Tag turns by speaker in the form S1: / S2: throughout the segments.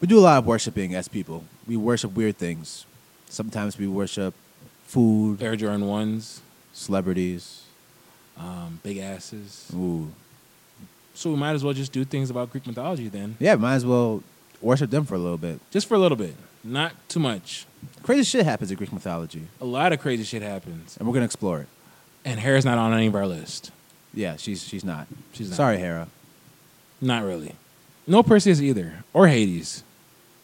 S1: we do a lot of worshiping as people. We worship weird things. Sometimes we worship food,
S2: Air Jordan ones,
S1: celebrities.
S2: um, big asses.
S1: Ooh,
S2: So we might as well just do things about Greek mythology then,
S1: yeah. Might as well worship them for a little bit.
S2: just for a little bit, not too much.
S1: Crazy shit happens in Greek mythology,
S2: A lot of crazy shit happens,
S1: and we're gonna explore it.
S2: and Hera's not on any of our list.
S1: Yeah, she's she's not.
S2: She's not.
S1: Sorry, Hera.
S2: Not really. No Perseus either, or Hades.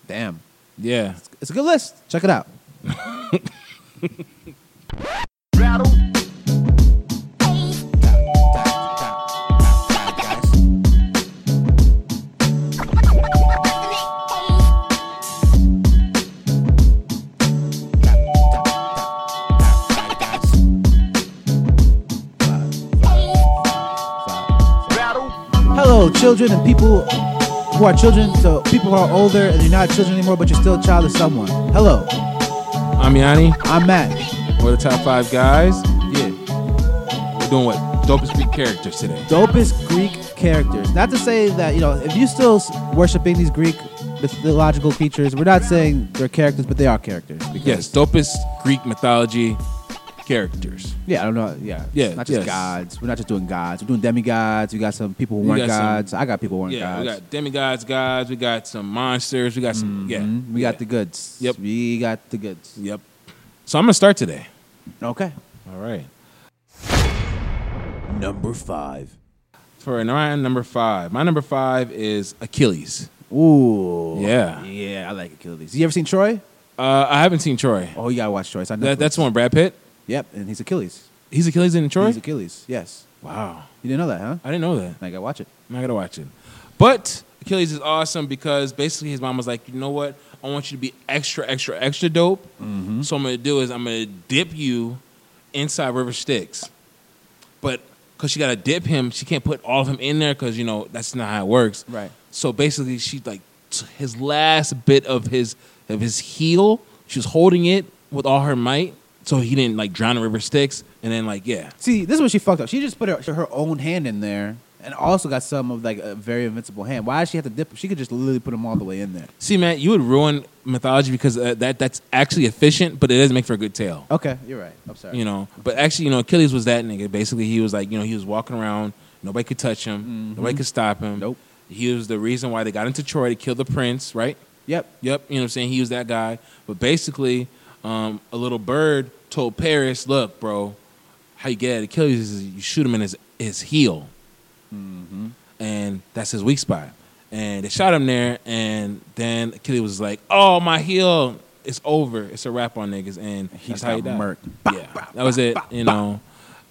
S1: Damn,
S2: Yeah.
S1: it's a good list. Check it out. Hello, children and people who are children to people who are older and you're not children anymore, but you're still a child of someone. Hello,
S2: I'm Yanni.
S1: I'm Matt.
S2: We're the top five guys.
S1: Yeah,
S2: We're doing what? Dopest Greek characters today.
S1: dopest Greek characters. Not to say that you know if you're still s- worshiping these Greek mythological creatures, we're not saying they're characters, but they are characters. Because,
S2: Yes, dopest Greek mythology characters.
S1: Yeah, I don't know. Yeah,
S2: Yeah,
S1: Not just
S2: yes.
S1: gods. We're not just doing gods. We're doing demigods. We got some people who
S2: We
S1: weren't
S2: got some-
S1: gods. I got people who weren't
S2: Yeah,
S1: gods.
S2: we got demigods, gods. We got some monsters. We got some.
S1: Mhm.
S2: Yeah,
S1: we
S2: yeah.
S1: got the goods.
S2: Yep.
S1: we got the goods.
S2: Yep. So I'm gonna start today.
S1: Okay.
S2: All right.
S1: Number five.
S2: For Orion, number five. My number five is Achilles.
S1: Ooh.
S2: Yeah.
S1: Yeah, I like Achilles. You ever seen Troy?
S2: Uh, I haven't seen Troy.
S1: Oh, you gotta watch Troy. It's on
S2: That,
S1: Netflix.
S2: that's the one Brad Pitt.
S1: Yep, and he's Achilles.
S2: He's Achilles in Troy.
S1: He's Achilles. Yes.
S2: wow,
S1: You didn't know that, huh?
S2: I didn't know that.
S1: I gotta watch it.
S2: I'm not gonna watch it. But Achilles is awesome because basically his mom was like, you know what? I want you to be extra, extra, extra dope. So I'm gonna do is I'm gonna dip you inside River Styx, but because she gotta dip him, she can't put all of him in there because you know that's not how it works.
S1: Right.
S2: So basically, she like t- his last bit of his of his heel, she was holding it with all her might, so he didn't like drown in River Styx. And then like yeah,
S1: See, this is what she fucked up. She just put her, her own hand in there, and also got some of like a very invincible hand. Why does she have to dip? She could just literally put them all the way in there.
S2: See, man, you would ruin mythology because uh, that that's actually efficient, but it doesn't make for a good tale.
S1: Okay, you're right. I'm sorry.
S2: You know, but actually, you know, Achilles was that nigga. Basically, he was like, you know, he was walking around. Nobody could touch him. Nobody could stop him.
S1: Mm-hmm. Nope.
S2: He was the reason why they got into Troy to kill the prince, right?
S1: Yep.
S2: Yep. You know what I'm saying? He was that guy. But basically, um, a little bird told Paris, look, bro, how you get at Achilles is you shoot him in his, his heel.
S1: Mm-hmm.
S2: And that's his weak spot. And they shot him there. And then Achilles was like, oh, my heel. It's over. It's a wrap on niggas. And
S1: He
S2: that's
S1: just
S2: how he
S1: got
S2: died.
S1: murked.
S2: yeah. that was it. you know.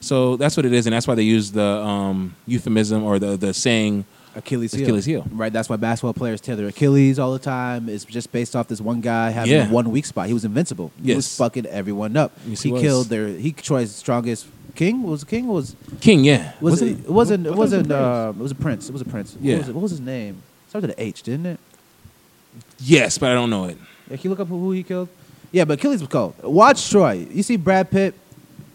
S2: So that's what it is. And that's why they use the um, euphemism or the, the saying,
S1: Achilles heel.
S2: Achilles heel.
S1: Right. That's why basketball players tear their Achilles all the time. It's just based off this one guy having
S2: Yeah.
S1: one weak spot. He was invincible. He was
S2: Yes.
S1: fucking everyone up.
S2: Yes,
S1: he
S2: he was.
S1: killed their. He Troy's strongest king was king was
S2: King, yeah.
S1: was
S2: Wasn't
S1: it, it wasn't
S2: I
S1: it
S2: thought was a
S1: wasn't
S2: prince.
S1: uh, it was a prince it was a prince
S2: Yeah.
S1: what was, it? what was his name started with an H didn't it
S2: Yes, but I don't know it.
S1: yeah, can you look up who who he killed yeah but Achilles was cold watch Troy you see Brad Pitt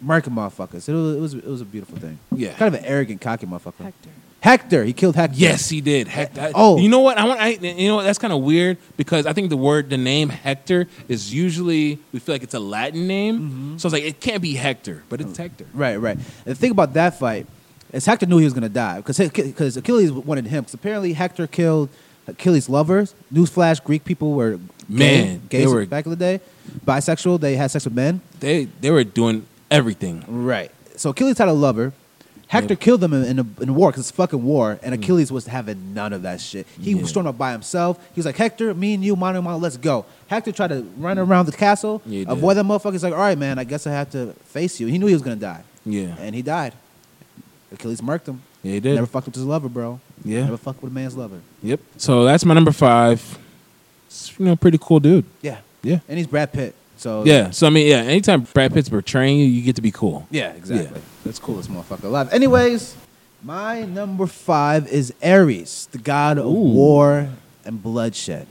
S1: murking motherfuckers it was it was, it was a beautiful thing
S2: Yeah.
S1: kind of an arrogant cocky motherfucker Hector Hector he killed Hector
S2: Yes, he did. Hec- I-
S1: Oh.
S2: you know what? I want. I, you know what? That's kind of weird because I think the word, the name Hector, is usually we feel like it's a Latin name.
S1: Mm-hmm.
S2: So it's like it can't be Hector, but it's Hector.
S1: Right, right. And the thing about that fight is Hector knew he was going to die because because Achilles wanted him. Because apparently Hector killed Achilles' lovers. Newsflash: Greek people were gay-
S2: Man, they
S1: gays
S2: were-
S1: back in the day, bisexual. They had sex with men.
S2: They they were doing everything.
S1: Right. So Achilles had a lover. Hector
S2: Yeah. Mm.
S1: killed them in, in, a, in a war because it's fucking war, and Achilles was having none of that shit. He
S2: Yeah.
S1: was stormed up by himself. He was like, Hector, me and you, mano a mano, let's go. Hector tried to run around the castle,
S2: Mm. Yeah, he did.
S1: avoid that motherfucker. He's like, all right, man, I guess I have to face you. He knew he was going to die.
S2: Yeah.
S1: And he died. Achilles murked him.
S2: Yeah, he did.
S1: Never fucked with his lover, bro.
S2: Yeah.
S1: Never fucked with a man's lover.
S2: Yep. So that's my number five. It's, you know, pretty cool dude.
S1: Yeah.
S2: Yeah.
S1: And he's Brad Pitt. So
S2: Yeah. So I mean, yeah. Anytime Brad Pitt's portraying you, you get to be cool.
S1: Yeah, exactly.
S2: Yeah.
S1: That's coolest motherfucker alive. Anyways, my number five is Ares, the god of war and bloodshed.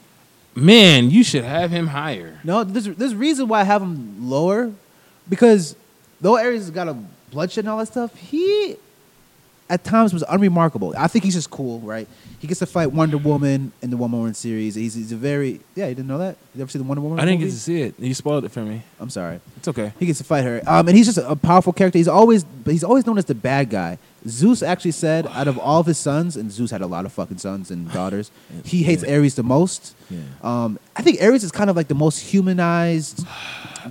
S2: Man, you should have him higher.
S1: No, there's there's a reason why I have him lower, because though Ares has got a bloodshed and all that stuff, he at times was unremarkable. I think he's just cool, right? He gets to fight Wonder Woman in the Wonder Woman series. He's, he's a very yeah. You didn't know that? You ever see the Wonder Woman?
S2: I didn't get
S1: movie?
S2: to see it. You spoiled it for me.
S1: I'm sorry.
S2: It's okay.
S1: He gets to fight her, um, and he's just a, a powerful character. He's always, but he's always known as the bad guy. Zeus actually said, out of all of his sons, and Zeus had a lot of fucking sons and daughters, he hates Ares the most.
S2: Yeah.
S1: Um, I think Ares is kind of like the most humanized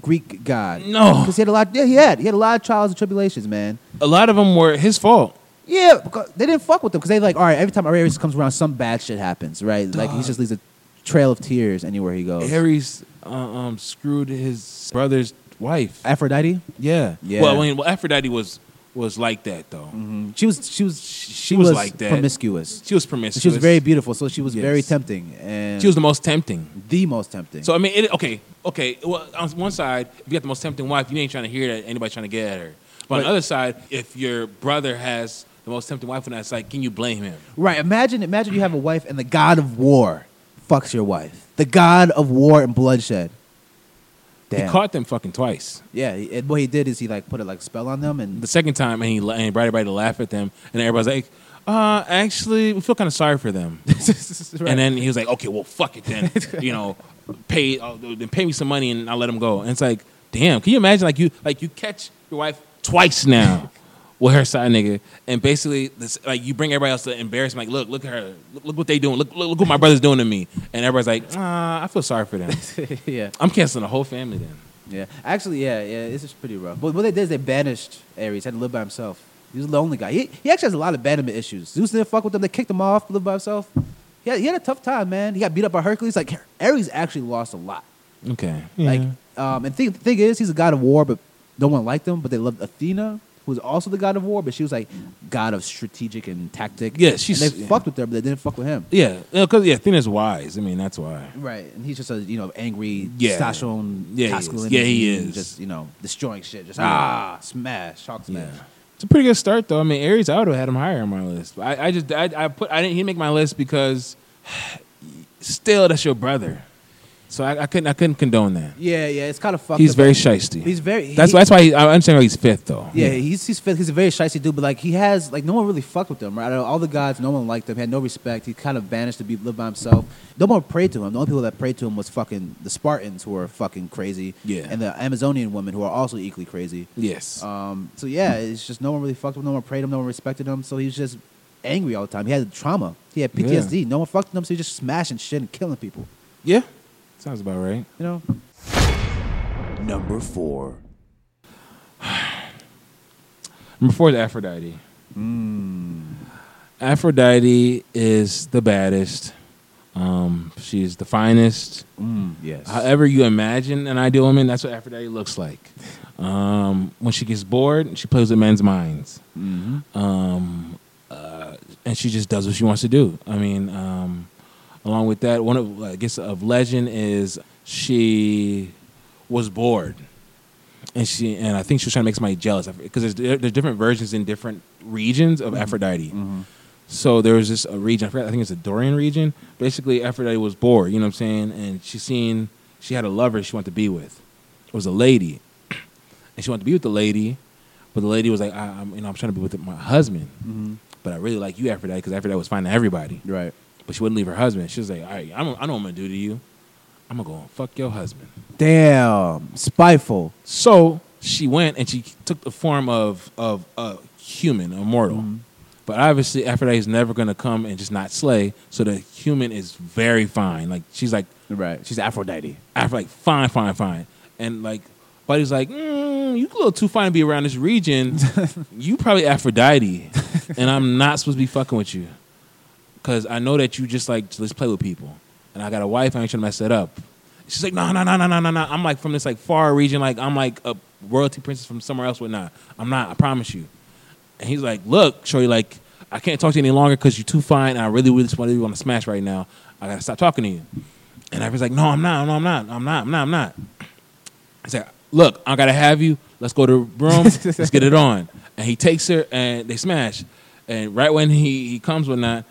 S1: Greek god.
S2: No.
S1: because he had a lot. Yeah, he had. He had a lot of trials and tribulations, man.
S2: A lot of them were his fault.
S1: Yeah, because they didn't fuck with him because they like, all right, every time Ares comes around, some bad shit happens, right? Like he
S2: Dog.
S1: just leaves a trail of tears anywhere he goes.
S2: Ares uh, um, screwed his brother's wife.
S1: Aphrodite,
S2: Yeah.
S1: Yeah.
S2: Well, I mean, well, Aphrodite was was like that though.
S1: she was she was she,
S2: was
S1: was,
S2: like that.
S1: promiscuous.
S2: She was promiscuous.
S1: She was very beautiful, so she was
S2: Yes.
S1: very tempting, and
S2: She was the most tempting.
S1: the most tempting.
S2: So I mean, it, okay, okay. Well, on one side, if you got the most tempting wife, you ain't trying to hear that anybody trying to get at her. But on
S1: Right.
S2: the other side, if your brother has the most tempting wife, and that's like, can you blame him?
S1: right? Imagine imagine you have a wife, and the god of war fucks your wife, the god of war and bloodshed. Damn.
S2: He caught them fucking twice.
S1: yeah, he- and what he did is he like put a like spell on them, and
S2: The second time, and he la- and he brought everybody to laugh at them, and everybody's like, uh, actually, we feel kind of sorry for them. And then he was like, okay, well, fuck it then. you know, pay uh, then pay me some money and I'll let him go. And it's like, damn, can you imagine like you like you catch your wife twice now with her side nigga, and basically this, like you bring everybody else to embarrass him. Like, look, look at her, look, look what they doing, look, look, look what my brother's doing to me. And everybody's like, ah, I feel sorry for them.
S1: yeah,
S2: I'm canceling the whole family then.
S1: Yeah, actually, yeah, yeah, this is pretty rough. But what they did is they banished Ares. Had to live by himself. He was a lonely guy. He, he actually has a lot of abandonment issues. Zeus didn't fuck with him. They kicked him off. Lived by himself. He had, he had a tough time, man. He got beat up by Hercules. Like Ares actually lost a lot.
S2: Okay,
S1: Like, um, and th- the thing is, he's a god of war, but no one liked him. But they loved Athena, who was also the god of war, but she was like god of strategic and tactic.
S2: Yeah, she's-
S1: And they
S2: yeah.
S1: fucked with her, but they didn't fuck with him.
S2: yeah, because yeah, Athena's wise. I mean, that's why.
S1: Right, and he's just a you know angry
S2: Yeah.
S1: testosterone,
S2: Yeah, he is.
S1: masculinity,
S2: Yeah, he is.
S1: just you know destroying shit, just
S2: Ah.
S1: ah smash, hawk
S2: Yeah.
S1: smash.
S2: It's a pretty good start though. I mean, Aries, I would have had him higher on my list. I, I just I, I put I didn't he didn't make my list because still that's your brother. So I, I couldn't I couldn't condone that.
S1: Yeah, yeah, it's kind of fucked.
S2: He's
S1: up.
S2: very shisty.
S1: He's very.
S2: that's
S1: he-
S2: that's why he, I understand why he's fifth though.
S1: Yeah, he's he's fit- he's a very shisty dude, but like he has like no one really fucked with him. Right, Out of all the gods, no one liked him. Had no respect. He kind of banished to be live by himself. No one prayed to him. The only people that prayed to him was fucking the Spartans, who are fucking crazy.
S2: Yeah.
S1: and the Amazonian women, who are also equally crazy.
S2: Yes.
S1: Um, so yeah, it's just no one really fucked with him, no one prayed him, no one respected him. So he was just angry all the time. He had trauma. He had PTSD. No one fucked with him, so he was just smashing shit and killing people.
S2: yeah. Sounds about right.
S1: You know? Number four.
S2: Number four is Aphrodite.
S1: Hmm.
S2: Aphrodite is the baddest. Um, she's the finest.
S1: Mm, yes.
S2: However you imagine an ideal woman, that's what Aphrodite looks like. Um, when she gets bored, she plays with men's minds,
S1: mm-hmm.
S2: um, uh, and she just does what she wants to do. I mean, um, along with that, one of I guess of legend is she was bored, and she and I think she was trying to make somebody jealous because there's, there- there's different versions in different regions of Aphrodite. So there was this uh, region, I forgot, I think it's the Dorian region. Basically, Aphrodite was bored, you know what I'm saying? And she seen, she had a lover she wanted to be with. It was a lady. And she wanted to be with the lady, but the lady was like, I, I'm, you know, I'm trying to be with my husband. But I really like you, Aphrodite, because Aphrodite was finding everybody.
S1: Right.
S2: But she wouldn't leave her husband. She was like, all right, I'm, I know what I'm going to do to you. I'm going to go and fuck your husband.
S1: Damn. Spiteful.
S2: So she went and she took the form of of a human, a mortal. But obviously, Aphrodite is never going to come and just not slay. So the human is very fine. Like she's like
S1: Right. She's Aphrodite.
S2: Aphrodite, like, fine, fine, fine. And like Buddy's like, mm, you a little too fine to be around this region. you probably Aphrodite, and I'm not supposed to be fucking with you because I know that you just like let's play with people, and I got a wife. I ain't trying to mess that up. She's like, no, no, no, no, no, no, no. I'm like from this like far region. Like I'm like a royalty princess from somewhere else. Whatnot. I'm not. I promise you. And he's like, look, Shorty, like I can't talk to you any longer because you're too fine. And I really, really just want to smash right now. I gotta stop talking to you. And I was like, no, I'm not. No, I'm not. I'm not. I'm not. I'm not. I said, look, I gotta have you. Let's go to the room. Let's get it on. And he takes her and they smash. And right when he, he comes with that,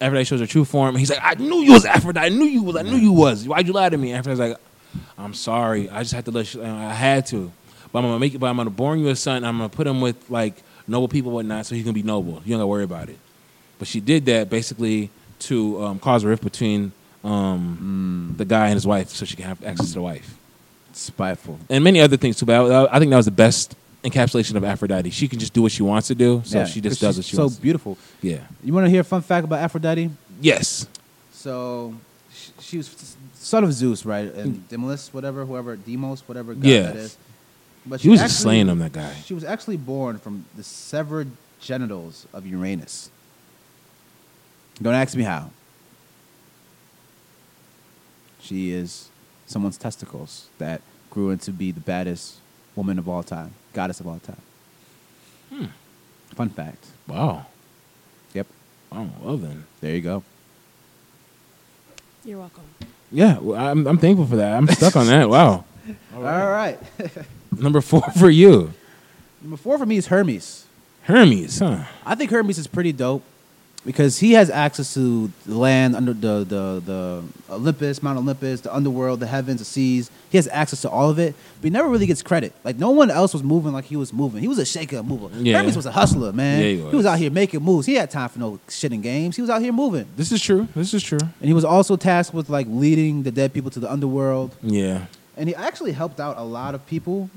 S2: Aphrodite shows her true form. And he's like, I knew you was Aphrodite. I knew you was. I knew you was. Why'd you lie to me? And Aphrodite's like, I'm sorry. I just had to let you. I had to. But I'm gonna make it. But I'm gonna born you a son. and I'm gonna put him with like noble people, whatnot, so he can be noble. You don't gotta worry about it. But she did that basically to um, cause a rift between um, the guy and his wife, so she can have access to the wife
S1: Spiteful.
S2: and many other things too. But I, I think that was the best encapsulation of Aphrodite. She can just do what she wants to do, so
S1: Yeah,
S2: she just
S1: 'cause
S2: does what
S1: she's
S2: she
S1: So
S2: wants. to do.
S1: beautiful.
S2: Yeah.
S1: You want to hear a fun fact about Aphrodite?
S2: Yes.
S1: So she, she was son of Zeus, right?
S2: Mm.
S1: And Demolus, whatever, whoever, Demos, whatever god
S2: Yes.
S1: that is. But
S2: He was just slaying him, that guy.
S1: She was actually born from the severed genitals of Uranus. Don't ask me how. She is someone's testicles that grew into be the baddest woman of all time, goddess of all time.
S2: Hmm.
S1: Fun fact.
S2: Wow.
S1: Yep.
S2: Oh, well then.
S1: There you go.
S3: You're welcome.
S2: Yeah, well, I'm, I'm thankful for that. I'm stuck on that. Wow.
S1: All right.
S2: Number four for you,
S1: Number four for me is Hermes.
S2: Hermes, huh?
S1: I think Hermes is pretty dope because he has access to the land under the, the, the Olympus, Mount Olympus, the underworld, the heavens, the seas. He has access to all of it, but he never really gets credit. Like no one else was moving like he was moving. He was a shaker, and mover.
S2: Yeah.
S1: Hermes was a hustler, man.
S2: Yeah, he was.
S1: out here making moves. He had time for no shitting games. He was out here moving,
S2: This is true. This is true.
S1: and he was also tasked with like leading the dead people to the underworld.
S2: Yeah.
S1: and he actually helped out a lot of people,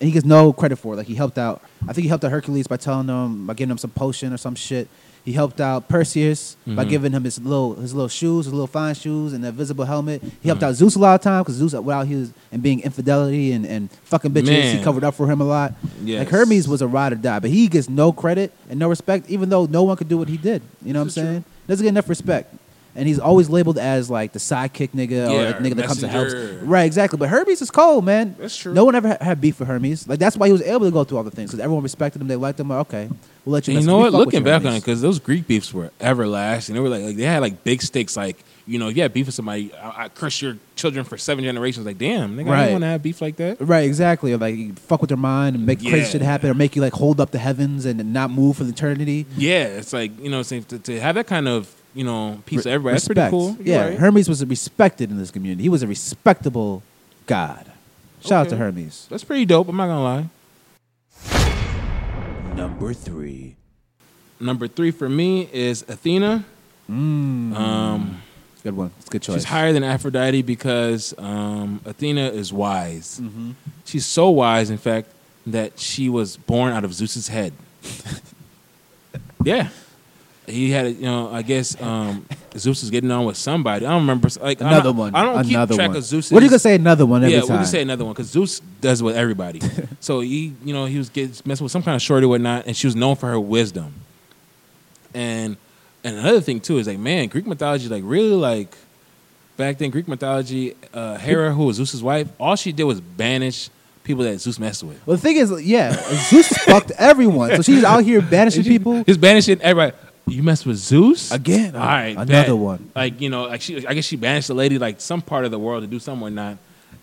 S1: and he gets no credit for it. Like he helped out, I think he helped out Hercules by telling them by giving him some potion or some shit. He helped out Perseus by
S2: Mhm.
S1: giving him his little his little shoes, his little fine shoes, and the invisible helmet. He helped
S2: Mm-hmm.
S1: out Zeus a lot of times because Zeus, without his and being infidelity and, and fucking bitches,
S2: Man.
S1: he covered up for him a lot.
S2: Yes.
S1: Like Hermes was a ride or die, but he gets no credit and no respect, even though no one could do what he did. You know
S2: This
S1: what
S2: is
S1: I'm
S2: true.
S1: saying? Doesn't get enough respect, and he's always labeled as like the sidekick nigga or
S2: Yeah,
S1: the nigga that comes and helps.
S2: messenger.
S1: Right, exactly. But Hermes is cold, man.
S2: That's true.
S1: No one ever ha- had beef with Hermes. Like that's why he was able to go through all the things because everyone respected him. They liked him. Like, okay, we'll let you.
S2: And you
S1: mess-
S2: know
S1: we
S2: what?
S1: fuck with
S2: Looking
S1: you,
S2: back on it,
S1: Hermes.
S2: because those Greek beefs were everlasting. They were like, like they had like big stakes. Like you know, if you had beef with somebody, I, I curse your children for seven generations. Like, damn, nigga, I
S1: Right.
S2: didn't want to have beef like that.
S1: Right, exactly. Or like you fuck with their mind and make
S2: Yeah.
S1: crazy shit happen, or make you like hold up the heavens and not move for eternity.
S2: Yeah, it's like you know, saying to, to have that kind of you know piece of everybody. That's pretty
S1: Respect.
S2: cool. You're
S1: Yeah,
S2: right.
S1: Hermes was respected in this community. He was a respectable god. Shout out to
S2: Okay.
S1: Hermes.
S2: that's pretty dope. I'm not gonna lie.
S1: Number three.
S2: Number three for me is Athena.
S1: Mm.
S2: Um,
S1: Good one. It's a good choice.
S2: She's higher than Aphrodite because um, Athena is wise.
S1: Mm-hmm.
S2: She's so wise, in fact, that she was born out of Zeus's head. yeah, he had. You know, I guess um, Zeus was getting on with somebody. I don't remember. Like I'm
S1: Another
S2: not-
S1: one.
S2: I don't
S1: another
S2: keep track
S1: one.
S2: of Zeus.
S1: What are you gonna say? Another one every
S2: yeah,
S1: time.
S2: we can say another one because Zeus does with everybody. so he, you know, he was getting messing with some kind of shorty or whatnot, and she was known for her wisdom. And and another thing too is like, man, Greek mythology, like really like back then, Greek mythology, uh, Hera, who was Zeus's wife, all she did was banish people that Zeus messed with.
S1: Well, the thing is, yeah, Zeus fucked everyone, so she's out here banishing people.
S2: Just banishing everybody. You mess with Zeus
S1: Again, uh,
S2: All right,
S1: another
S2: bet.
S1: one.
S2: Like you know, like she, I guess she banished the lady like some part of the world to do something not.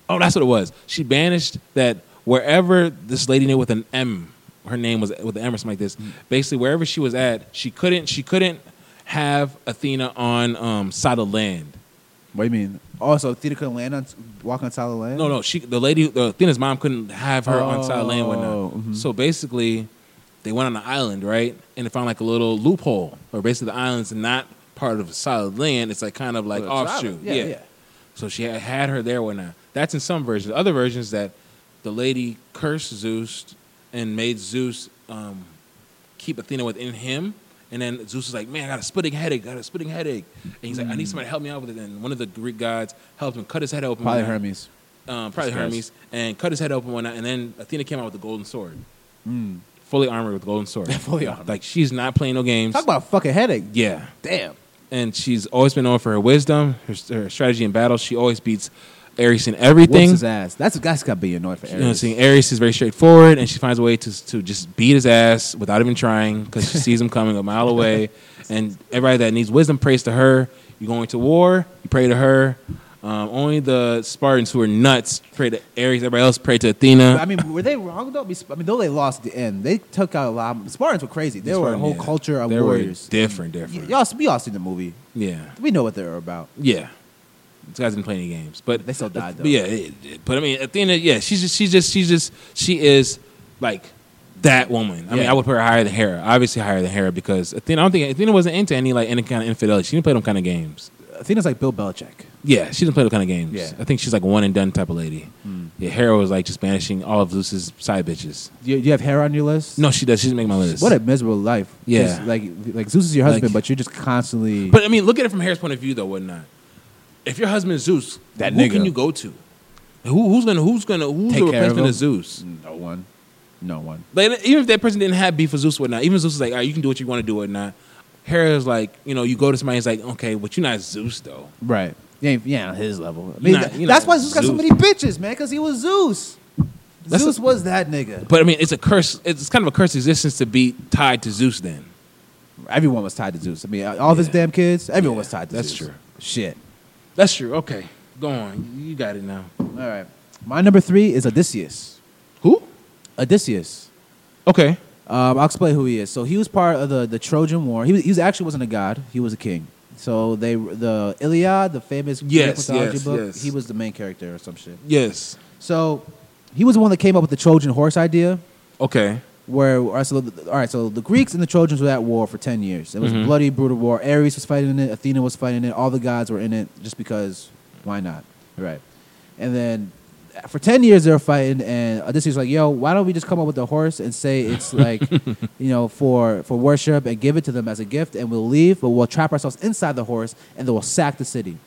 S2: Oh, that's what it was. She banished that wherever this lady knew with an M, her name was with an M or something like this. Basically, wherever she was at, she couldn't. She couldn't have Athena on um, solid land.
S1: What do you mean? Also, Theta couldn't land on walk on solid land.
S2: No, no, she the lady uh, Athena's mom couldn't have her on solid land and
S1: Oh,
S2: whatnot.
S1: mhm.
S2: So basically, they went on an island, right? And they found like a little loophole, or basically the island's not part of solid land. It's like kind of like
S1: Well, it's
S2: offshoot.
S1: island. Yeah, yeah.
S2: So she had, had her there, and whatnot. That's in some versions. Other versions that the lady cursed Zeus and made Zeus um, keep Athena within him. And then Zeus is like, man, I got a splitting headache. I got a splitting headache. And he's like, I
S1: Mm.
S2: need somebody to help me out with it. And one of the Greek gods helped him cut his head open.
S1: probably
S2: whatnot
S1: Hermes.
S2: um, probably
S1: Christ.
S2: Hermes, and cut his head open and whatnot. And then Athena came out with the golden sword, fully armored with the golden sword.
S1: Hmm. Fully armored.
S2: Like she's not playing no games.
S1: Talk about a fucking headache.
S2: yeah,
S1: Damn.
S2: and she's always been known for her wisdom, her, her strategy in battle. She always beats Ares in everything.
S1: Whoops his ass. That's that's gotta be annoying for
S2: You know,
S1: Ares.
S2: seeing Ares is very straightforward, and she finds a way to to just beat his ass without even trying because she sees him coming a mile away. And everybody that needs wisdom prays to her. You're going to war, you pray to her. Um, only the Spartans who are nuts pray to Ares. Everybody else pray to Athena.
S1: But, I mean, were they wrong though? I mean, though they lost at the end, they took out a lot. Of, Spartans were crazy. They were a whole
S2: Yeah.
S1: culture of
S2: They were
S1: warriors.
S2: different,
S1: Y-
S2: different.
S1: y'all, we all seen the movie.
S2: Yeah,
S1: We know what they're about.
S2: yeah. These guys didn't play any games, but
S1: They still died,
S2: But
S1: though.
S2: yeah, it- it- but I mean, Athena. Yeah, she's just, she's just, she's just, she is like that woman. I mean,
S1: Yeah.
S2: I would put her higher than Hera. Obviously higher than Hera because Athena. I don't think Athena wasn't into any like any kind of infidelity. She didn't play them kind of games.
S1: Athena's like Bill Belichick.
S2: Yeah, she didn't play those kind of games.
S1: Yeah. Hmm.
S2: I think she's like a one and done type of lady. Yeah, Hera was like just banishing all of Zeus's side bitches.
S1: You, you have hair on your list?
S2: No, she does. She doesn't make my list.
S1: What a miserable life.
S2: Yeah.
S1: Just Like, like Zeus is your husband,
S2: Like-
S1: but you're just constantly.
S2: But I mean, look at it from Hera's point of view, though, whatnot. If your husband's Zeus,
S1: That
S2: who can
S1: nigga.
S2: you go to? Who, who's gonna who's gonna who's
S1: Take
S2: the
S1: care of
S2: replacement
S1: him?
S2: of Zeus?
S1: no one. No one.
S2: Like even if that person didn't have beef with Zeus or whatnot, even Zeus is like, all right, you can do what you want to do or not. Hera's like, you know, you go to somebody, he's like, okay, but you're not Zeus though.
S1: Right. You ain't, yeah, on his level. I mean,
S2: Nah,
S1: th-
S2: you
S1: that's
S2: know,
S1: why Zeus got so
S2: Zeus.
S1: many bitches, man, because he was Zeus.
S2: That's
S1: Zeus
S2: a-
S1: was that nigga.
S2: But I mean, it's a curse. It's kind of a cursed existence to be tied to Zeus. Then
S1: Everyone was tied to Zeus. I mean, all of his
S2: Yeah.
S1: damn kids, everyone
S2: Yeah,
S1: was tied to
S2: that's
S1: Zeus.
S2: true.
S1: Shit.
S2: that's true. Okay, go on. You got it now.
S1: All right. My number three is Odysseus.
S2: Who?
S1: Odysseus.
S2: Okay.
S1: Um, I'll explain who he is. So he was part of the, the Trojan War. He, was, he was actually wasn't a god. He was a king. So they the Iliad, the famous Greek
S2: Yes,
S1: mythology
S2: yes,
S1: book.
S2: yes.
S1: He was the main character or some shit.
S2: Yes.
S1: So he was the one that came up with the Trojan horse idea.
S2: Okay.
S1: where all right, so the, all right, so the Greeks and the Trojans were at war for ten years. It was a bloody, brutal war. Ares was fighting in it. Athena was fighting in it. All the gods were in it, just because why not, right? And then for ten years they were fighting, and Odysseus was like, "Yo, why don't we just come up with a horse and say it's like, you know, for for worship and give it to them as a gift, and we'll leave, but we'll trap ourselves inside the horse, and then we'll sack the city."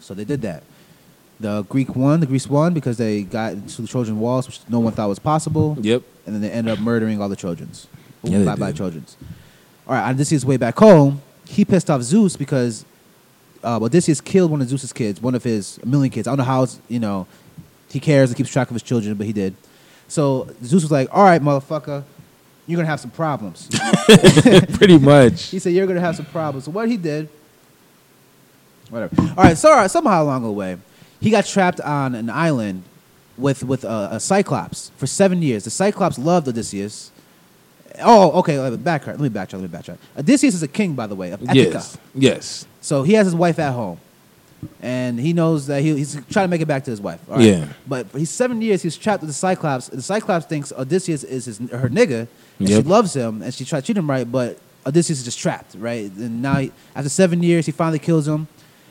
S1: So they did that. The Greek won. The Greeks won because they got into the Trojan walls, which no one thought was possible
S2: Yep.
S1: and then they ended up murdering all the Trojans.
S2: Yeah, they
S1: bye bye
S2: did.
S1: Trojans. All right, Odysseus way back home, he pissed off Zeus because uh, Odysseus killed one of Zeus's kids, one of his a million kids. I don't know how it's, you know he cares and keeps track of his children, but he did. So Zeus was like, "All right, motherfucker, you're gonna have some problems."
S2: Pretty much.
S1: he said, "You're gonna have some problems." So what he did, whatever. All right, so all right, somehow along the way, he got trapped on an island with with a, a cyclops for seven years. The cyclops loved Odysseus. Oh, okay. Let me backtrack. Let me backtrack. Let me backtrack. Odysseus is a king, by the way, of Ithaca.
S2: Yes. Yes.
S1: So he has his wife at home, and he knows that he, he's trying to make it back to his wife. all right?
S2: Yeah.
S1: But for- he's seven years. He's trapped with the Cyclops. And the Cyclops thinks Odysseus is his, her nigga, and
S2: Yep.
S1: she loves him, and she tried to treat him right, but Odysseus is just trapped, right? And now, he, after seven years, he finally kills him,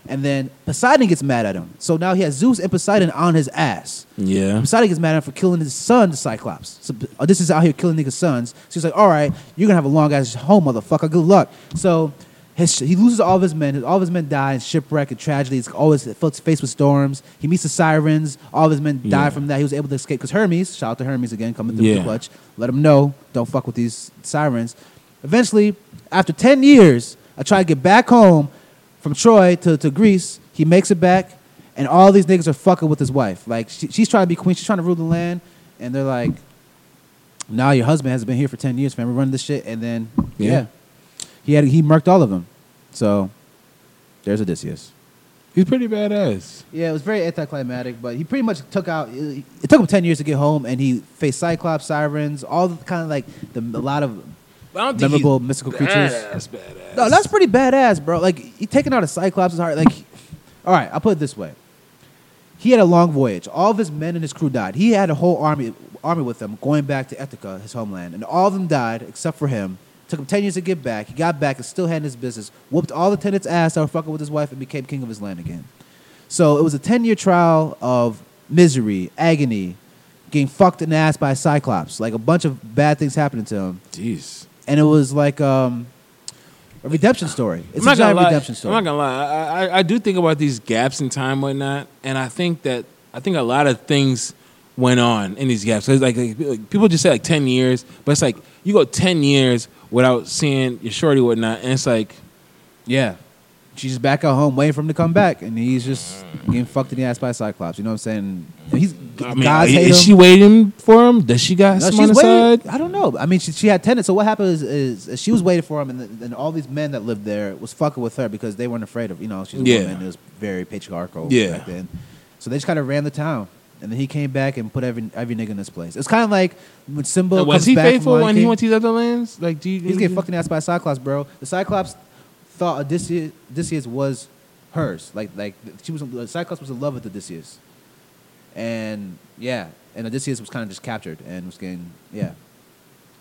S1: and then Poseidon gets mad at him. So now he has Zeus and Poseidon on his ass.
S2: Yeah.
S1: Poseidon gets mad at him for killing his son, the Cyclops. So Odysseus is out here killing niggas' sons. So he's like, all right, you're going to have a long ass home, motherfucker. Good luck. So his, he loses all of his men. All of his men die in shipwreck and tragedy. He's always faced with storms. He meets the sirens. All of his men die
S2: Yeah.
S1: from that. He was able to escape because Hermes, shout out to Hermes again, coming through with the
S2: Yeah.
S1: clutch. Let him know, don't fuck with these sirens. Eventually, after 10 years, I try to get back home from Troy to, to Greece. He makes it back, and all these niggas are fucking with his wife. Like, she, she's trying to be queen, she's trying to rule the land, and they're like, now your husband has been here for 10 years, fam. We're running this shit. And then, yeah.
S2: Yeah.
S1: He had he murked all of them. So, there's Odysseus.
S2: He's pretty badass.
S1: Yeah, it was very anticlimactic, but he pretty much took out. It it took him ten years to get home, and he faced Cyclops, sirens, all the kind of like the a lot of.
S2: But I don't
S1: Memorable mystical creatures.
S2: Badass, badass.
S1: No, that's pretty badass, bro. Like he taking out a Cyclops is hard. Like, all right, I'll put it this way. He had a long voyage. All of his men and his crew died. He had a whole army army with him going back to Ithaca, his homeland, and all of them died except for him. Took him ten years to get back. He got back and still had his business. Whooped all the tenants' ass that were fucking with his wife and became king of his land again. So it was a 10 year trial of misery, agony, getting fucked in the ass by a Cyclops, like a bunch of bad things happening to him.
S2: Jeez.
S1: And it was like um, a redemption story. It's a giant
S2: lie.
S1: redemption story.
S2: I'm not gonna lie. I, I, I do think about these gaps in time, whatnot, and I think that I think a lot of things went on in these gaps. So it's like, like, people just say like ten years, but it's like you go ten years without seeing your shorty, whatnot, and it's like
S1: yeah. She's back at home waiting for him to come back, and he's just getting fucked in the ass by a Cyclops. You know what I'm saying? And He's
S2: I mean,
S1: guys hate
S2: is
S1: him.
S2: she waiting for him? Does she got
S1: No,
S2: some on the
S1: she's waiting.
S2: side?
S1: I don't know. I mean, she, she had tenants. So what happened is, is, is she was waiting for him, and then- then all these men that lived there was fucking with her because they weren't afraid of you know she's a
S2: Yeah.
S1: woman. It was very patriarchal
S2: Yeah.
S1: back then. So they just kind of ran the town, and then he came back and put every every nigga in his place. It's kind of like when Simba
S2: And was
S1: comes
S2: he
S1: back from
S2: faithful
S1: Lion
S2: when he
S1: King.
S2: went to these other lands? Like, do you?
S1: He's getting fucking ass by a Cyclops, bro. The Cyclops thought Odysseus, Odysseus was hers. Like, like she was. The Cyclops was in love with Odysseus, and yeah, and Odysseus was kind of just captured and was getting yeah.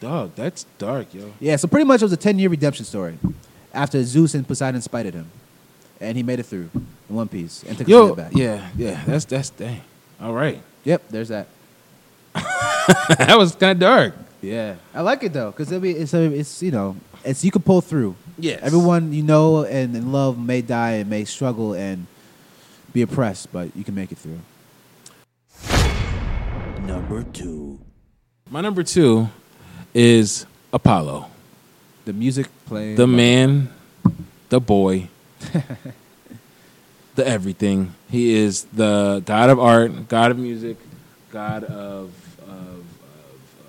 S2: Dog, that's dark, yo.
S1: Yeah, so pretty much it was a 10 year redemption story after Zeus and Poseidon spited him. And he made it through in one piece and took his
S2: Yo,
S1: head back.
S2: yeah, yeah. That's that's dang. All right,
S1: Yep, there's that.
S2: that was kind of dark.
S1: Yeah. I like it though, because be, it's, a- it's, you know, it's you can pull through.
S2: Yes.
S1: Everyone you know and, and love may die and may struggle and be oppressed, but you can make it through. Number two.
S2: My number two is Apollo,
S1: The music playing.
S2: the man, the boy, the everything. He is the god of art, god of music, god of of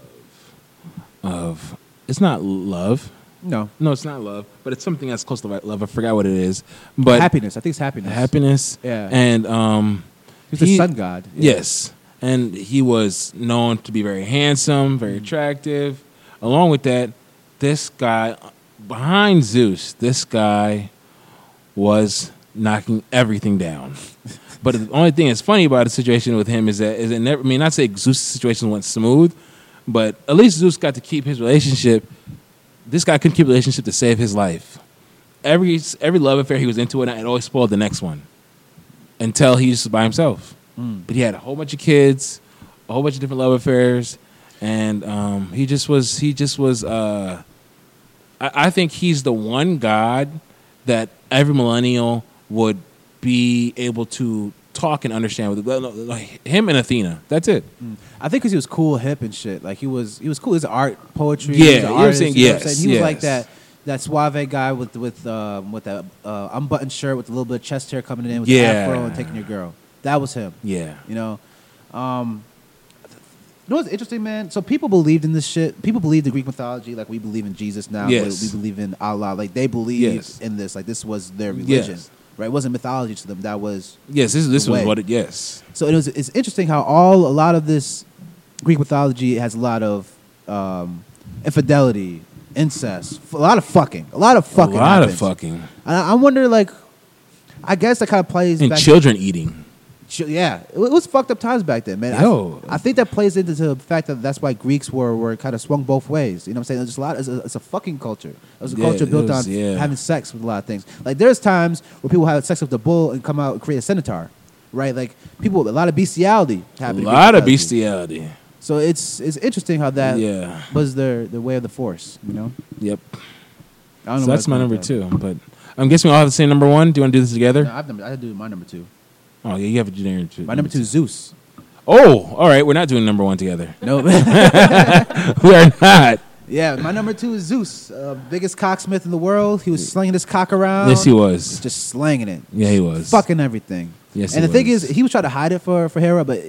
S2: of, of, of it's not love.
S1: No.
S2: No, it's not love, but it's something that's close to like love. I forgot what it is, but
S1: happiness. I think it's happiness.
S2: happiness.
S1: Yeah.
S2: and um,
S1: He's the sun god.
S2: Yes, and he was known to be very handsome, very attractive. Along with that, this guy behind Zeus, this guy was knocking everything down. but the only thing that's funny about the situation with him is that is it never. I mean, not say Zeus' situation went smooth, but at least Zeus got to keep his relationship. This guy couldn't keep a relationship to save his life. Every every love affair he was into, and it always spoiled the next one until he was by himself.
S1: Hmm.
S2: But he had a whole bunch of kids, a whole bunch of different love affairs, and um, he just was he just was. Uh, I, I think he's the one God that every millennial would be able to talk and understand with. Like him and Athena, that's it.
S1: I think because he was cool, hip, and shit. Like he was, he was cool. He's art, poetry.
S2: Yeah,
S1: he was an
S2: you were
S1: artist,
S2: saying-
S1: you know what I'm
S2: yes,
S1: saying? He was like
S2: yes.
S1: that that suave guy with with um, with that uh, unbuttoned shirt with a little bit of chest hair coming in with the
S2: Yeah.
S1: afro and taking your girl. That was him.
S2: Yeah,
S1: You know, um, you know what's interesting, man? So people believed in this shit. People believed the Greek mythology, like we believe in Jesus now.
S2: Yes.
S1: We, we believe in Allah. Like they believed
S2: Yes.
S1: in this. Like this was their religion,
S2: Yes.
S1: right? It wasn't mythology to them. That was
S2: yes. This this was
S1: Way.
S2: what it. Yes,
S1: so it was, it's interesting how all a lot of this Greek mythology has a lot of um, infidelity, incest, f- a lot of fucking, a lot of fucking,
S2: a lot
S1: happens.
S2: of fucking
S1: And I, I wonder, like, I guess that kind of plays
S2: and
S1: back.
S2: children eating.
S1: Ch- yeah, it, wa- it was fucked up times back then, man. I-
S2: Yo.
S1: I, think that plays into the fact that that's why Greeks were, were kind of swung both ways. You know what I'm saying? There's just a lot. It's a, it's a fucking culture. It was a
S2: Yeah,
S1: culture
S2: it
S1: built
S2: was-
S1: on
S2: yeah.
S1: having sex with a lot of things. Like there's times where people have sex with the bull and come out and create a centaur, right? Like people, a lot of bestiality
S2: A
S1: happened. in Greek
S2: lot of
S1: mythology.
S2: bestiality.
S1: So it's it's interesting how that
S2: Yeah.
S1: was their the way of the force. You know.
S2: Yep.
S1: I don't
S2: So
S1: know
S2: that's my
S1: where I
S2: number
S1: was going
S2: two. But I'm guessing we all have the same number one. Do you want to do this together?
S1: with that. No, I've number, I do my number two.
S2: Oh yeah, you have a generic. two-
S1: My number two, is Zeus.
S2: Oh, all right. We're not doing number one together.
S1: No.
S2: we are not.
S1: Yeah, my number two is Zeus, uh, biggest cocksmith in the world. He was slinging his cock around.
S2: Yes, he was.
S1: Um, Just slanging it,
S2: Yeah, he was.
S1: fucking everything.
S2: Yes,
S1: and
S2: he
S1: the thing
S2: was.
S1: is, he was trying to hide it for for Hera, but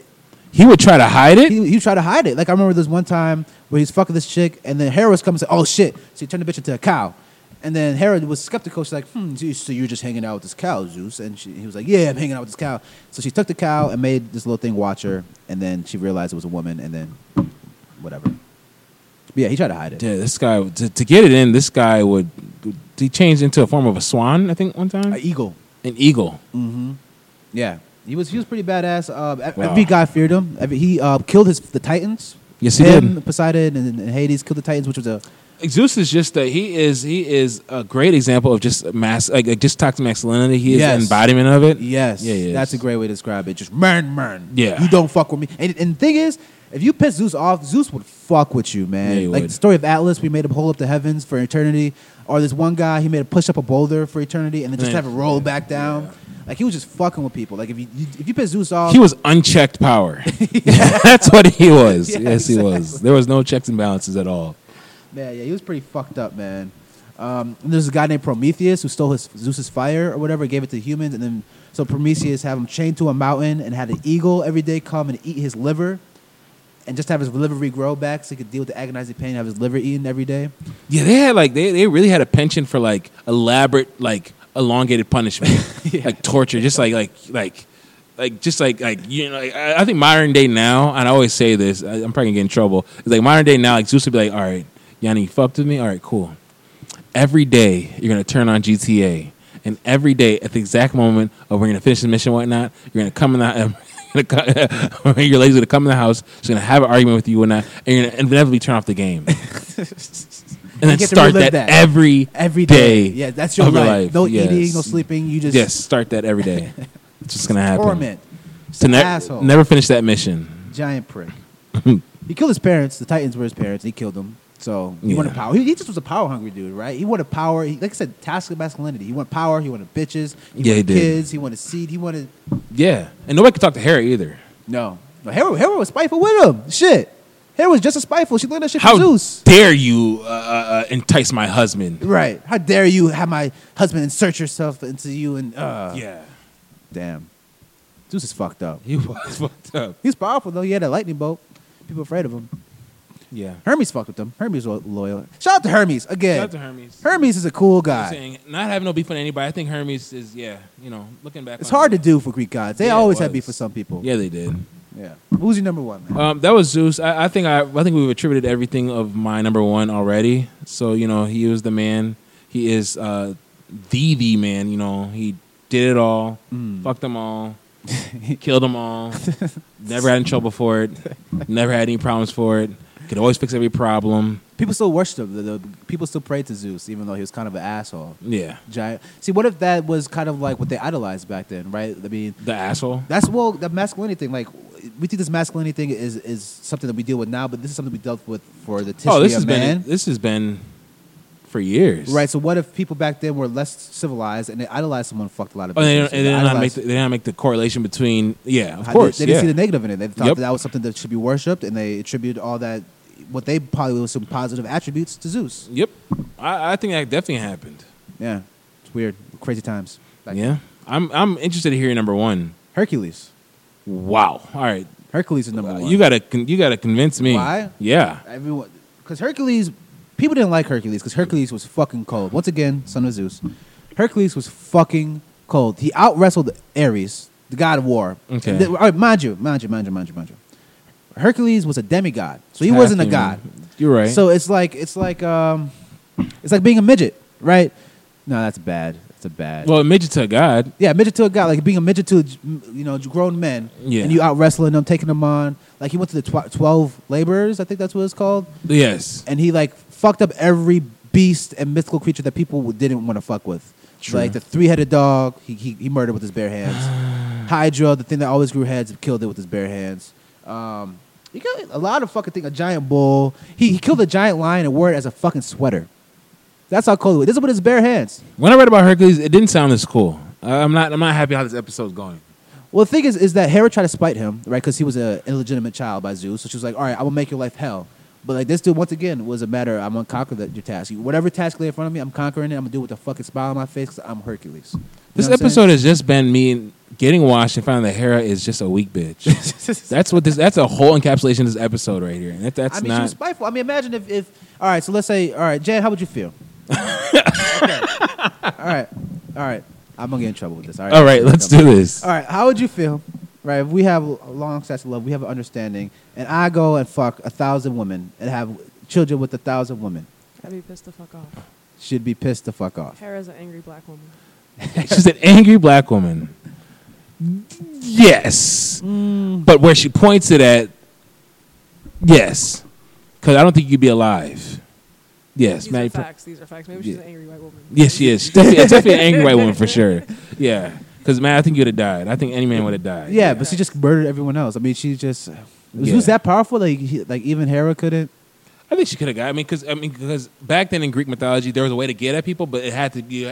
S2: He would try to hide it.
S1: he he tried to hide it. Like I remember this one time where he's fucking this chick, and then Hera was coming and said, "Oh shit!" So he turned the bitch into a cow, and then Hera was skeptical. She's like, "Hmm, Zeus, so you're just hanging out with this cow, Zeus?" And she, he was like, "Yeah, I'm hanging out with this cow." So she took the cow and made this little thing watch her, and then she realized it was a woman, and then whatever. But yeah, he tried to hide it.
S2: Yeah, this guy to, to get it in. This guy would. He changed into a form of a swan. I think one time
S1: An eagle.
S2: an eagle.
S1: Yeah, he was he was pretty badass. Uh, ev-
S2: Wow.
S1: Every guy feared him. Every, he uh, killed his the Titans.
S2: Yes, he
S1: Him,
S2: did.
S1: Poseidon and, and Hades killed the Titans, which was a
S2: Zeus is just that he is he is a great example of just mass like, like just toxic masculinity. He is
S1: Yes.
S2: the embodiment of it.
S1: yes.
S2: Yeah, he is.
S1: that's a great way to describe it. Just man, man.
S2: Yeah.
S1: you don't fuck with me. And, and the thing is, if you piss Zeus off, Zeus would fuck with you, man.
S2: Yeah, he
S1: like
S2: would.
S1: the story of Atlas, we made him hold up the heavens for eternity. Or this one guy, he made him push up a boulder for eternity and then just
S2: Yeah.
S1: have it roll back down. Like he was just fucking with people. Like if you, you if you piss Zeus off,
S2: He was unchecked power. That's what he was.
S1: Yeah,
S2: yes, he was. There was no checks and balances at all.
S1: Yeah, yeah, he was pretty fucked up, man. Um, and there's a guy named Prometheus who stole his Zeus's fire or whatever, gave it to humans, and then so Prometheus had him chained to a mountain and had an eagle every day come and eat his liver, and just have his liver regrow back so he could deal with the agonizing pain, have his liver eaten every day.
S2: Yeah, they had like they, they really had a penchant for like elaborate like elongated punishment, like torture, just like like like like just like like you know. Like, I, I think modern day now, and I always say this, I, I'm probably gonna get in trouble. It's like modern day now, like Zeus would be like, "All right, Yanni, you fucked with me. All right, cool. Every day you're gonna turn on GTA, and every day at the exact moment of we're gonna finish the mission, and whatnot, you're gonna come in the." Gonna co- your lady's gonna come in the house. She's gonna have an argument with you and that, and you're gonna inevitably turn off the game. and then
S1: get to
S2: start
S1: relive
S2: that,
S1: that.
S2: every
S1: Every day.
S2: day
S1: Yeah, that's your
S2: of your
S1: life.
S2: life,
S1: No
S2: yes.
S1: eating, no sleeping. You just
S2: yes, start that every day. It's just gonna happen.
S1: torment.
S2: To ne-
S1: asshole.
S2: never finish that mission.
S1: Giant prick. he killed his parents. The Titans were his parents. He killed them. So he
S2: Yeah.
S1: wanted power. He, he just was a power hungry dude, right? He wanted power. He, like I said, toxic masculinity. He wanted power. He wanted bitches. He
S2: Yeah, he
S1: wanted
S2: did.
S1: kids. He wanted seed. He wanted
S2: Yeah, and nobody could talk to Harry either.
S1: no. No, Hera, Hera was spiteful with him. Shit, Hera was just as spiteful. She learned that shit
S2: How
S1: from Zeus.
S2: dare you uh, uh, uh, entice my husband?
S1: Right? How dare you have my husband insert yourself into you and uh,
S2: yeah,
S1: Damn, Zeus is fucked up.
S2: he was fucked up.
S1: He's powerful though. He had a lightning bolt. People afraid of him.
S2: Yeah,
S1: Hermes fucked with him. Hermes was loyal. Shout out to Hermes again.
S2: Shout out to Hermes.
S1: Hermes is a cool
S2: I'm
S1: guy.
S2: saying not having no beef on anybody. I think Hermes is yeah. You know, looking back,
S1: It's
S2: on
S1: hard to
S2: it.
S1: do for Greek gods. They
S2: Yeah, it
S1: always have
S2: was.
S1: beef for some people.
S2: Yeah, they did.
S1: Yeah. Who's your number one, man?
S2: Um, that was Zeus. I, I think I, I think we've attributed everything of my number one already. So you know, he was the man. He is uh, the the man. You know, he did it all.
S1: Hmm.
S2: Fucked them all. killed them all. never had in trouble for it. Never had any problems for it. Could always fix every problem.
S1: People still worship him. The, the, people still pray to Zeus, even though he was kind of an asshole.
S2: Yeah,
S1: Giant. See, what if that was kind of like what they idolized back then, right? I mean,
S2: the asshole.
S1: that's well, the masculinity thing. Like, we think this masculinity thing is, is something that we deal with now, but this is something we dealt with for the history
S2: Oh, this
S1: of
S2: has
S1: man.
S2: been this has been for years.
S1: Right. So what if people back then were less civilized and they idolized someone who fucked a lot of
S2: Oh,
S1: bitches?
S2: they, don't-
S1: They
S2: they did not make
S1: idolized-
S2: the, they did not make the correlation between yeah, of
S1: how-
S2: course.
S1: They, they didn't
S2: yeah.
S1: see the negative in it. They thought
S2: Yep.
S1: that, that was something that should be worshipped, and they attributed all that what they probably was some positive attributes to Zeus.
S2: Yep, I, I think that definitely happened.
S1: Yeah, it's weird, crazy times. Like
S2: yeah, I'm I'm interested to hear your number one.
S1: Hercules.
S2: Wow. All right, Uh,
S1: Hercules is number one.
S2: you gotta con- you gotta convince me.
S1: Why?
S2: Yeah.
S1: everyone because Hercules. People didn't like Hercules because Hercules was fucking cold. Once again, son of Zeus. Hercules was fucking cold. He out wrestled Ares, the god of war.
S2: Okay.
S1: And th- all right, mind you, mind you, mind you, mind you, mind you. Hercules was a demigod, so he
S2: Half
S1: wasn't a
S2: human.
S1: god.
S2: You're right.
S1: So it's like it's like um, it's like being a midget, right? No, that's bad. That's a bad.
S2: well, midget to a god.
S1: yeah, midget to a guy, like being a midget to a j- m- you know grown men,
S2: Yeah.
S1: and you out wrestling them, taking them on. Like he went to the tw- twelve laborers, I think that's what it's called,
S2: Yes.
S1: and he like fucked up every beast and mythical creature that people w- didn't want to fuck with.
S2: True.
S1: Like the three headed dog, he, he he murdered with his bare hands. Hydra, the thing that always grew heads, killed it with his bare hands. Um, he killed a lot of fucking things. A giant bull. He he killed a giant lion and wore it as a fucking sweater. That's how cold it was. This is with his bare hands.
S2: When I read about Hercules, it didn't sound as cool. I, I'm not I'm not happy how this episode's going.
S1: Well, the thing is, is that Hera tried to spite him, right? Because he was an illegitimate child by Zeus. So she was like, "All right, I will make your life hell." But like this dude, once again, was a matter. I'm gonna conquer that, your task. Whatever task lay in front of me, I'm conquering it. I'm gonna do it with a fucking smile on my face. Cause I'm Hercules. You
S2: This
S1: know what I'm
S2: episode has just been me getting washed and finding that Hera is just a weak bitch.
S1: saying?
S2: that's what this. That's a whole encapsulation of this episode right here. And that, that's
S1: I mean,
S2: not.
S1: she was spiteful. I mean, imagine if, if all right. So let's say, all right, Jan, how would you feel? okay. All right, all right. I'm gonna get in trouble with this. All right,
S2: All right, let's do this.
S1: All right, how would you feel? Right, if we have a long sets of love, we have an understanding, and I go and fuck a thousand women and have children with a thousand women.
S3: I'd be pissed the fuck off.
S1: Should be pissed the fuck off.
S3: Hera's an angry black woman.
S2: She's an angry black woman. Yes.
S1: Mm.
S2: But where she points it at, yes. Because I don't think you'd be alive. Yes,
S3: These
S2: Maddie.
S3: are
S2: Pro-
S3: facts. These are facts. Maybe she's
S2: Yeah.
S3: an angry white woman.
S2: yes, she is. She's definitely, it's definitely an angry white woman for sure. Yeah. Because, man, I think you'd have died. I think any man would have died.
S1: Yeah, but she just murdered everyone else. I mean, she just was
S2: Yeah.
S1: Zeus that powerful? Like, he, like even Hera couldn't.
S2: I think she could have got. I mean, because I mean, 'cause back then in Greek mythology, there was a way to get at people, but it had to be,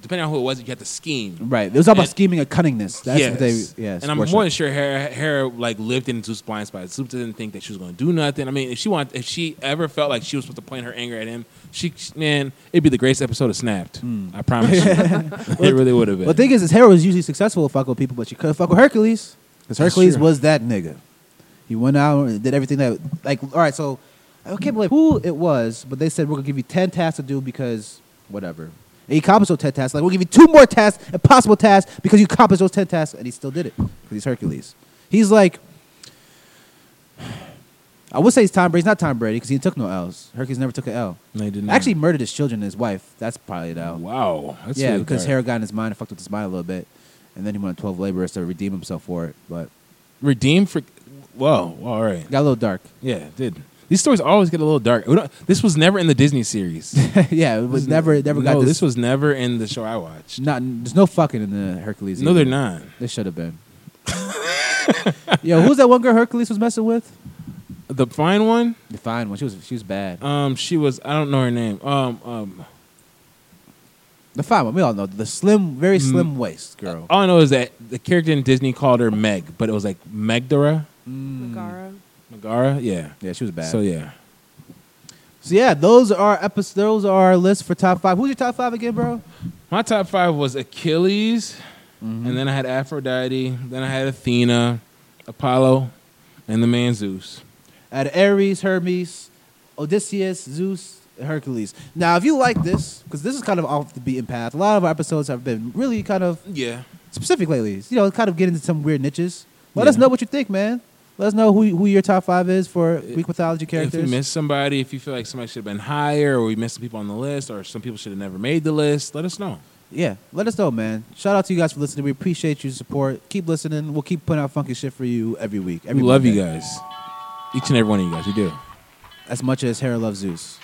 S2: depending on who it was, you had to scheme.
S1: Right. It was all about
S2: And-
S1: scheming and cunningness. That's what they. Yes.
S2: and I'm
S1: worship.
S2: more than sure Hera, Hera like lived in Zeus' blind spot. Zeus didn't think that she was going to do nothing. I mean, if she want, if she ever felt like she was supposed to point her anger at him, she man, it'd be the greatest episode of Snapped. I promise you, it really would have been.
S1: Hmm. Well, the thing is, is Hera was usually successful with fuck with people, but she couldn't fuck with Hercules because
S2: That's
S1: Hercules
S2: true.
S1: was that nigga. He went out and did everything that, like, all right, so I can't believe who it was, but they said we're gonna give you ten tasks to do because whatever. And he accomplished those ten tasks. Like we'll give you two more tasks, impossible tasks, because you accomplished those ten tasks, and he still did it because he's Hercules. He's like, I would say he's Tom Brady. He's not Tom Brady because he took no L's. Hercules never took an L.
S2: No, he did not.
S1: Actually, he murdered his children and his wife. That's probably the L
S2: wow, that's
S1: yeah,
S2: really
S1: because
S2: dark.
S1: Hera got in his mind and fucked with his mind a little bit, and then he went on twelve laborers to redeem himself for it. But
S2: redeemed for. Whoa, all right,
S1: it got a little dark.
S2: yeah, it did These stories always get a little dark. We don't, this was never in the Disney series.
S1: yeah, it was never it never
S2: no,
S1: got this.
S2: was never in the show I watched.
S1: not there's no fucking in the Hercules.
S2: No,
S1: either.
S2: they're not.
S1: They should have been. Yo, who's that one girl Hercules was messing with?
S2: The fine one,
S1: The fine one. She was she was bad.
S2: um, she was. I don't know her name. Um, um,
S1: The fine one. We all know the slim, very
S2: Mm.
S1: slim waist girl.
S2: all I know is that the character in Disney called her Meg, but it was like Megdora,
S3: Megara.
S2: Megara. Yeah.
S1: Yeah, she was bad.
S2: So
S1: So,
S2: yeah,
S1: yeah, those are our episodes. Those are our list for top five. Who's your top five again, bro?
S2: my top five was Achilles,
S1: Mm-hmm.
S2: and then I had Aphrodite, then I had Athena, Apollo, and the man Zeus.
S1: At Ares, Hermes, Odysseus, Zeus, and Hercules. Now, if you like this, because this is kind of off the beaten path. A lot of our episodes have been really kind of
S2: Yeah.
S1: specific lately. You know, kind of get into some weird niches. Let us
S2: Yeah.
S1: know what you think, man. Let us know who who your top five is for Greek mythology characters.
S2: If we miss somebody, if you feel like somebody should have been higher, or we missed some people on the list, or some people should have never made the list, let us know.
S1: yeah, let us know, man. Shout out to you guys for listening. We appreciate your support. Keep listening. We'll keep putting out funky shit for you every week. Every
S2: we love you
S1: Monday.
S2: guys, each and every one of you guys. We do.
S1: as much as Hera loves Zeus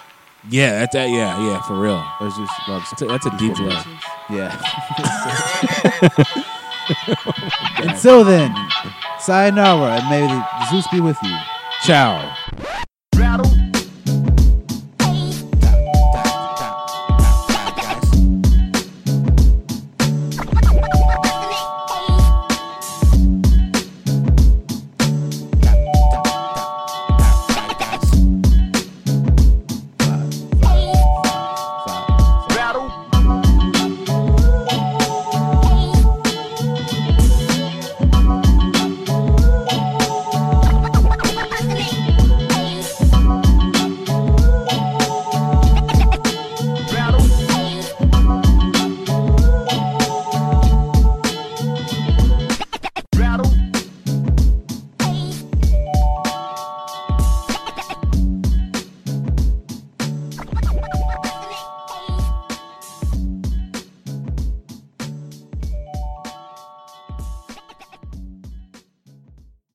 S2: Yeah, that's that. Yeah, yeah, for real.
S1: or Zeus loves.
S2: That's a, that's a deep love.
S3: Jesus.
S1: Yeah. Until then, sayonara, and may Zeus be with you.
S2: Ciao.